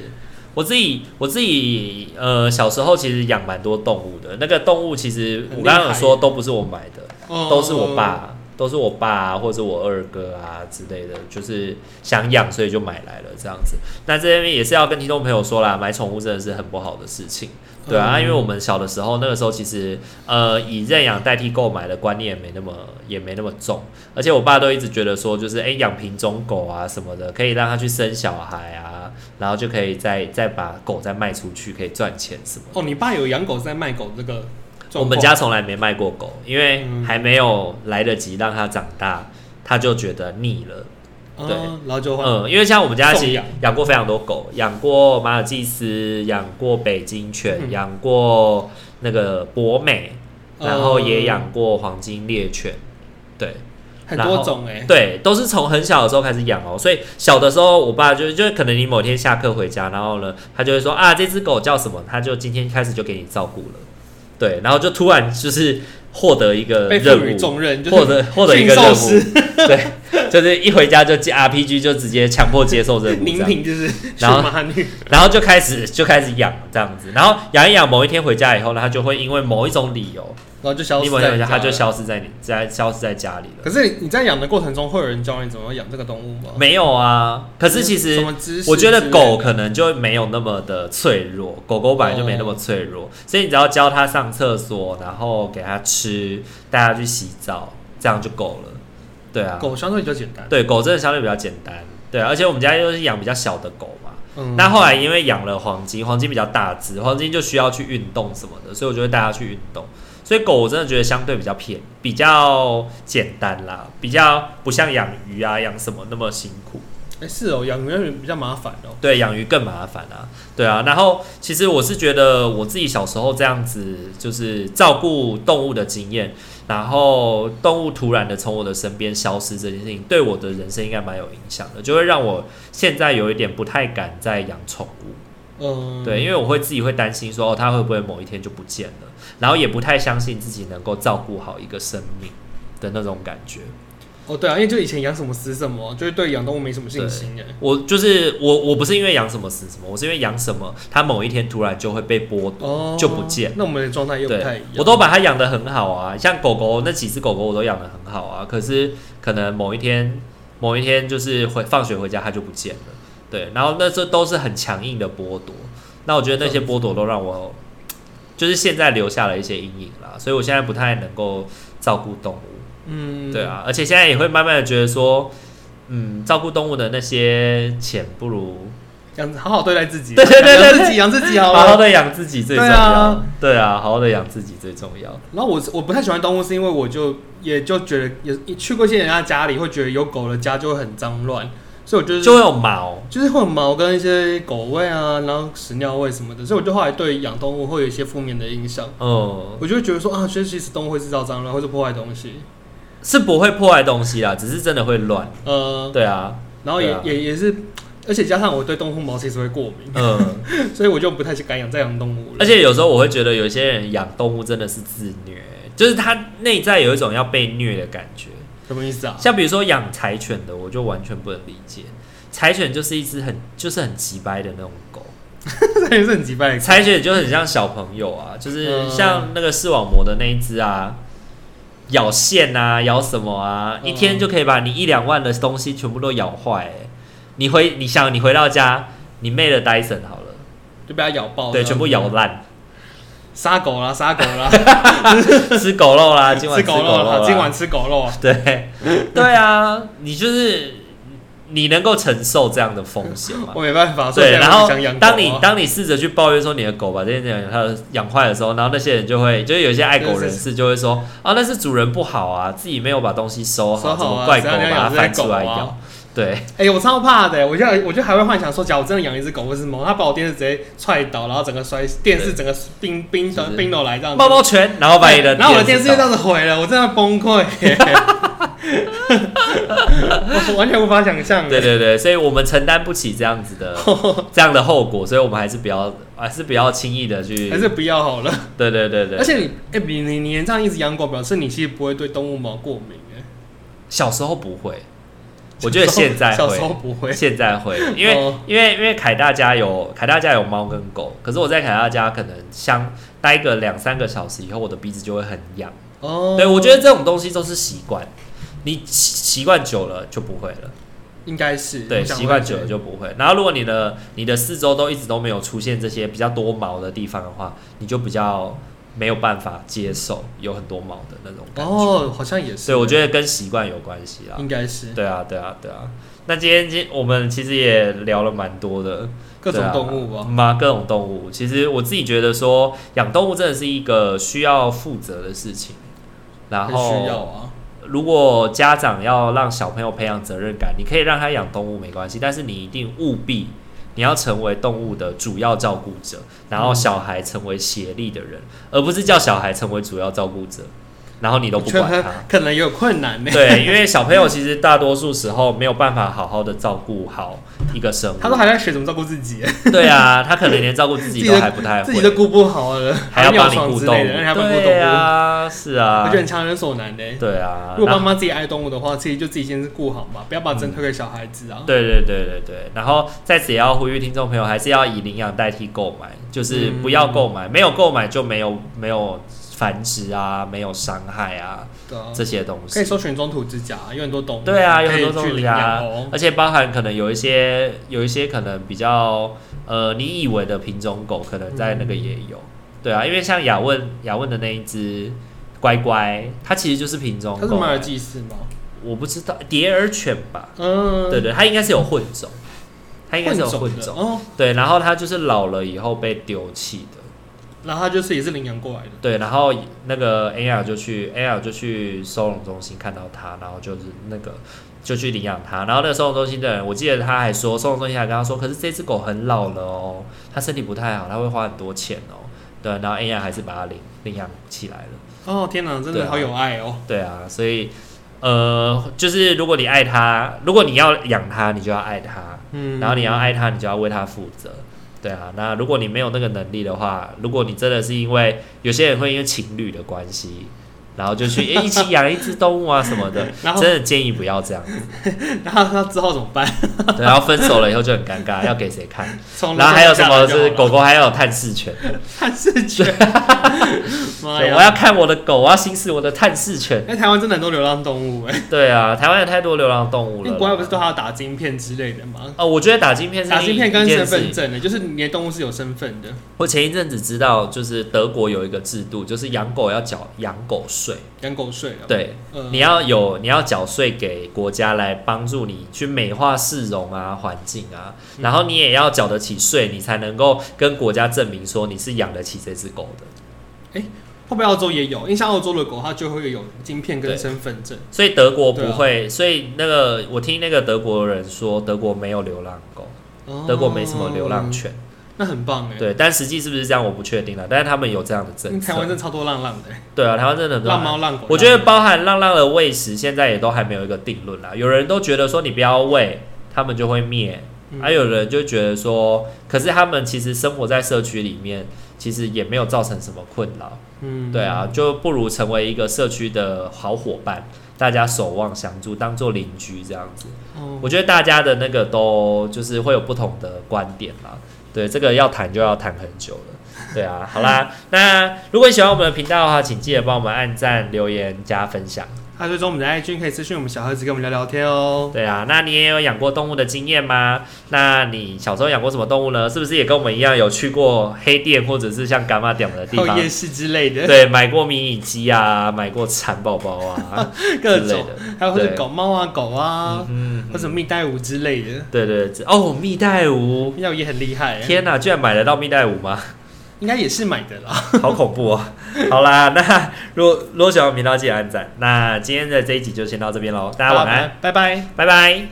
A: 我自己我自己呃小时候其实养蛮多动物的，那个动物其实我
B: 很厉
A: 刚刚有
B: 害
A: 说都不是我买的，
B: 哦
A: 都是我，爸，都是我爸、啊、或者我二哥啊之类的，就是想养，所以就买来了这样子。那这边也是要跟听众朋友说啦，买宠物真的是很不好的事情，对啊，
B: 嗯
A: 因为我们小的时候那个时候其实呃以认养代替购买的观念也没那么也没那么重，而且我爸都一直觉得说就是哎养、品种狗啊什么的，可以让他去生小孩啊，然后就可以再再把狗再卖出去，可以赚钱什么的。
B: 哦，你爸有养狗在卖狗这个状
A: 我
B: 况，
A: 们家从来没卖过狗，因为
B: 嗯
A: 还没有来得及让它长大，它就觉得腻了。
B: 哦
A: 对
B: 然后就换，
A: 嗯，因为像我们家其
B: 送
A: 实
B: 养
A: 养过非常多狗，养过马尔济斯，养过北京犬，
B: 嗯哦
A: 养、过那个博美，然后也养过黄金猎犬。对
B: 很
A: 然后
B: 多种哎，
A: 对，都是从很小的时候开始养哦，所以小的时候，我爸就就可能你某天下课回家，然后呢，他就会说啊，这只狗叫什么，他就今天开始就给你照顾了，对，然后就突然就是获得一个
B: 被
A: 呃任
B: 赋予
A: 务，
B: 重任，就是
A: 获得获得一个
B: 驯
A: 任
B: 兽
A: 务
B: 师，
A: 对，就是一回家就接 RPG 就直接强迫接受任务，这
B: 宁
A: 样，
B: 平就是
A: 然后
B: 驯马女，
A: 然后就开始就开始养这样子，然后养一养，某一天回家以后呢，他就会因为某一种理由，
B: 然后就消
A: 你
B: 失
A: 某一
B: 在
A: 天回
B: 你
A: 家
B: 家，
A: 他就。消失在你在消失在家里了，
B: 可是你在养的过程中，会有人教你怎么养这个动物吗？
A: 没有啊，可是其实
B: 什么姿势
A: 我觉
B: 之
A: 得
B: 类的
A: 狗可能就没有那么的脆弱，狗狗本来就没那么脆弱，
B: 哦
A: 所以你只要教它上厕所，然后给它吃，带它去洗澡，这样就够了。对啊，
B: 狗相对比较简单，
A: 对狗真的相对比较简单。对啊，而且我们家又是养比较小的狗嘛，
B: 嗯
A: 那后来因为养了黄金，黄金比较大只，黄金就需要去运动什么的，所以我就会带它去运动。所以狗我真的觉得相对比较偏，比较简单啦，比较不像养鱼啊、养什么那么辛苦。
B: 哎是哦，养鱼比较麻烦哦。
A: 对，养鱼更麻烦啊，对啊。然后其实我是觉得我自己小时候这样子，就是照顾动物的经验，然后动物突然的从我的身边消失这件事情，对我的人生应该蛮有影响的，就会让我现在有一点不太敢再养宠物。
B: 嗯，
A: 对，因为我会自己会担心说，哦，它会不会某一天就不见了，然后也不太相信自己能够照顾好一个生命的那种感觉。
B: 哦对啊，因为就以前养什么死什么，就是对养动物没什么信心哎。
A: 我就是我，我不是因为养什么死什么，我是因为养什么，它某一天突然就会被剥夺，
B: 哦，
A: 就不见。
B: 那我们的状态又不太
A: 对
B: 一样，。
A: 我都把它养得很好啊，像狗狗那几只狗狗我都养得很好啊，可是可能某一天，某一天就是回放学回家它就不见了，对，然后那这都是很强硬的剥夺，那我觉得那些剥夺都让我，就是现在留下了一些阴影啦，所以我现在不太能够照顾动物，
B: 嗯，
A: 对，啊，而且现在也会慢慢的觉得说，嗯，照顾动物的那些钱不如
B: 养好好对待自己，
A: 对对对对
B: 养自己养自己好
A: 好好
B: 了。
A: 的养自己最重
B: 对
A: 要
B: 啊，
A: 对啊，好好的养自己最重要。
B: 然后我我不太喜欢动物，是因为我就也就觉得也去过一些人家家里，会觉得有狗的家就会很脏乱，所以我就是
A: 就会有毛，
B: 就是会有毛跟一些狗味啊，然后屎尿味什么的，所以我就后来对养动物会有一些负面的影响。
A: 嗯，
B: 我就会觉得说啊，其实其实动物会制造脏乱，或是破坏东西，
A: 是不会破坏东西啦，只是真的会乱。
B: 呃，
A: 对啊，
B: 然后也、
A: 对啊
B: 也也是，而且加上我对动物毛其实会过敏，
A: 嗯，
B: 所以我就不太敢养再养动物了。
A: 而且有时候我会觉得有些人养动物真的是自虐，就是他内在有一种要被虐的感觉。
B: 什么意思啊？
A: 像比如说养柴犬的，我就完全不能理解，柴犬就是一只很就是很急掰的那种狗，
B: 这也是很鸡掰的。
A: 柴犬就很像小朋友啊，就是
B: 嗯
A: 像那个视网膜的那一只啊。咬线啊，咬什么啊？一天
B: 嗯
A: 就可以把你一两万的东西全部都咬坏、欸。你回，你想你回到家，你妹的 Dyson 好了，
B: 就被它咬爆，
A: 对，全部咬，烂。
B: 杀狗啦，杀狗啦，
A: 吃狗肉 啊啦， 今晚
B: 吃
A: 吃狗
B: 狗肉
A: 啦，
B: 啦，今晚吃狗肉啊，
A: 对对啊，你就是你能够承受这样的风险吗？
B: 我没办法。所以
A: 对，
B: 才
A: 然
B: 会
A: 后
B: 想养狗
A: 当你
B: 啊
A: 当你试着去抱怨说你的狗把这件事情它的养坏的时候，然后那些人就会，就是有一些爱狗人士就会说啊，那是主人不好啊，自己没有把东西收好，
B: 说
A: 怎
B: 好
A: 么
B: 啊，
A: 怪
B: 只
A: 狗
B: 要你要
A: 把它
B: 养这
A: 翻
B: 只
A: 出
B: 狗
A: 来
B: 啊
A: 咬？。对，
B: 哎、我超怕的、我就我就还会幻想说，假如我真的养一只狗或是猫，它把我电视直接踹倒，然后整个摔电视整个冰冰
A: 就
B: 的
A: 是
B: 冰楼来这样子。
A: 猫猫拳，然后把你的，
B: 对 然后我的电视就这样子毁了，我真的崩溃、 我完全无法想象。
A: 对对对，所以我们承担不起这样子的 这样的后果，所以我们还是不要，还是不要轻易的去，
B: 还是不要好了。
A: 对对对对
B: 而。且你，哎、你你你这样一直养狗，表示你其实不会对动物毛过敏、哎，
A: 小时候不会，我觉得现在
B: 小时候
A: 会，
B: 不会。
A: 现在 会，因为、
B: 哦
A: 因为因为凯大家有凯大家有猫跟狗，可是我在凯大家可能相待个两三个小时以后，我的鼻子就会很痒。
B: 哦，
A: 对，我觉得这种东西都是习惯，你习习惯久了就不会了。
B: 应该是
A: 对，
B: 我想
A: 习惯
B: 会
A: 久了
B: 是
A: 就不会。然后如果你的你的四周都一直都没有出现这些比较多毛的地方的话，你就比较没有办法接受有很多毛的那种感觉。
B: 哦，好像也是。
A: 所以我觉得跟习惯有关系啦。
B: 应该是
A: 对啊，对啊，对啊。那今天今我们其实也聊了蛮多的
B: 各
A: 对
B: 种
A: 啊
B: 动物吧。
A: 嘛、各种动物。其实我自己觉得说，养动物真的是一个需要负责的事情。然
B: 很
A: 后，
B: 需要啊，
A: 如果家长要让小朋友培养责任感，你可以让他养动物没关系，但是你一定务必你要成为动物的主要照顾者，然
B: 嗯
A: 后小孩成为协力的人，而不是叫小孩成为主要照顾者，然后你都不
B: 觉
A: 管
B: 得
A: 他。
B: 可能也有困 难呢、
A: 对，因为小朋友其实大多数时候没有办法好好的照顾好一个生物。
B: 他都还在学怎么照顾自己，
A: 对啊，他可能连照顾自己都还不太
B: 自己都
A: 会，
B: 顾不好了，
A: 还要
B: 尿
A: 帮你
B: 床
A: 顾
B: 之
A: 动
B: 类的，
A: 物。
B: 让他帮顾动
A: 对
B: 物，
A: 啊，是
B: 我
A: 啊
B: 觉，得很强人所难呢、
A: 对啊。嗯
B: 如果
A: 然
B: 爸
A: 后
B: 妈自己爱动物的话，自己就自己先顾好嘛，不要把针推给小孩子啊。
A: 对对对对对，然后在此也要呼吁听众朋友，还是要以领养代替购买，就是
B: 嗯
A: 不要购买，没有购买就没有没有繁殖啊，没有伤害啊
B: 对啊，
A: 这些东西。
B: 可以搜寻中途之家，有很多动物，
A: 对啊，有
B: 可
A: 很
B: 以
A: 多
B: 去
A: 种
B: 领
A: 家
B: 养哦，。
A: 而且包含可能有一些有一些可能比较呃你以为的品种狗，可能在那个也有。
B: 嗯
A: 对啊，因为像雅问雅问的那一只乖乖，它其实就是品种
B: 它是
A: 狗
B: 马尔
A: 欸，
B: 济斯吗？
A: 我不知道蝶儿犬吧？
B: 嗯，
A: 对对，它应该是有混种，它应该
B: 混
A: 是有
B: 种的，
A: 混种。
B: 哦，
A: 对，然后它就是老了以后被丢弃的。
B: 然后它就是也是领养过来的。
A: 对，然后那个 A R 就去 A R 就去收容中心看到他，然后就是那个就去领养他。然后那个收容中心的人，我记得他还说，收容中心还跟他说，可是这只狗很老了哦，它身体不太好，它会花很多钱哦。对，然后 A R 还是把它领领养起来了。
B: 哦，天哪，真
A: 对
B: 的
A: 啊
B: 好有爱哦。
A: 对啊，所以呃，就是如果你爱它，如果你要养它，你就要爱它。
B: 嗯，，
A: 然后你要爱他，你就要为他负责。对啊，那如果你没有那个能力的话，如果你真的是因为有些人会因为情侣的关系，然后就去、诶一起养一只动物啊什么的
B: 然后
A: 真的建议不要这样。
B: 然后它之后怎么办？
A: 对，然后分手了以后就很尴尬，要给谁看？
B: 从
A: 然后还有什么是
B: 是
A: 狗狗还要有探视权？
B: 探视犬？ 妈
A: 对，
B: 呀！
A: 我要看我的狗，我要行使我的探视权。
B: 哎，台湾真的很多流浪动物哎、
A: 对啊，台湾有太多流浪动物了。
B: 因为国外不是都还要打晶片之类的吗？
A: 哦，我觉得打晶片是
B: 打晶片
A: 一
B: 跟
A: 件
B: 身
A: 事
B: 份证的，欸就是你的动物是有身份的，
A: 我前一阵子知道，就是德国有一个制度，就是养狗要缴养狗税。
B: 养狗税啊。，
A: 对，
B: 嗯
A: 你要有你要缴税给国家来帮助你去美化市容啊、环境啊，
B: 嗯
A: 然后你也要缴得起税，你才能够跟国家证明说你是养得起这只狗的。
B: 会不会澳洲也有？因为像澳洲的狗，它就会有晶片
A: 对
B: 跟身份证。
A: 所以德国
B: 对
A: 不
B: 啊
A: 会，所以那个我听那个德国人说，德国没有流浪狗，德国没什么流浪
B: 哦，
A: 犬。
B: 那很棒哎、
A: 对，但实际是不是这样我不确定了，但是他们有这样的政
B: 因为台
A: 策。
B: 湾真的超多浪浪的、欸，
A: 对啊，台湾真的很
B: 浪
A: 乱
B: 猫浪狗。
A: 我觉得包含浪浪的喂食，现在也都还没有一个定论啦。有人都觉得说你不要喂，他们就会灭；，
B: 嗯
A: 还、有人就觉得说，可是他们其实生活在社区里面，其实也没有造成什么困扰。
B: 嗯
A: 对，啊，就不如成为一个社区的好伙伴，大家守望相助，当做邻居这样子。
B: 哦
A: 我觉得大家的那个都就是会有不同的观点啦。对，这个要谈就要谈很久了。对啊，好啦，那如果你喜欢我们的频道的话，请记得帮我们按赞、留言、加分享。
B: 那最终我们的 IG 可以私讯我们小盒子跟我们聊聊天哦。
A: 对啊，那你也有养过动物的经验吗？那你小时候养过什么动物呢？是不是也跟我们一样有去过黑店或者是像干妈店的地
B: 还有
A: 方？
B: 夜市之类的，
A: 对，买过迷你鸡啊，买过蚕宝宝啊
B: 各
A: 之类
B: 种，
A: 的。
B: 还有或者
A: 对
B: 狗猫啊、狗啊，
A: 嗯，
B: 或者蜜袋鼯之类的，
A: 对对对，哦，蜜袋鼯，
B: 蜜袋鼯也很厉害，
A: 天哪、居然买得到蜜袋鼯吗？
B: 应该也是买的啦。
A: 好恐怖哦！好啦，那如果如果喜欢我们频道，记得按赞。那今天的这一集就先到这边喽，大家晚安，，
B: 拜拜。
A: 拜拜。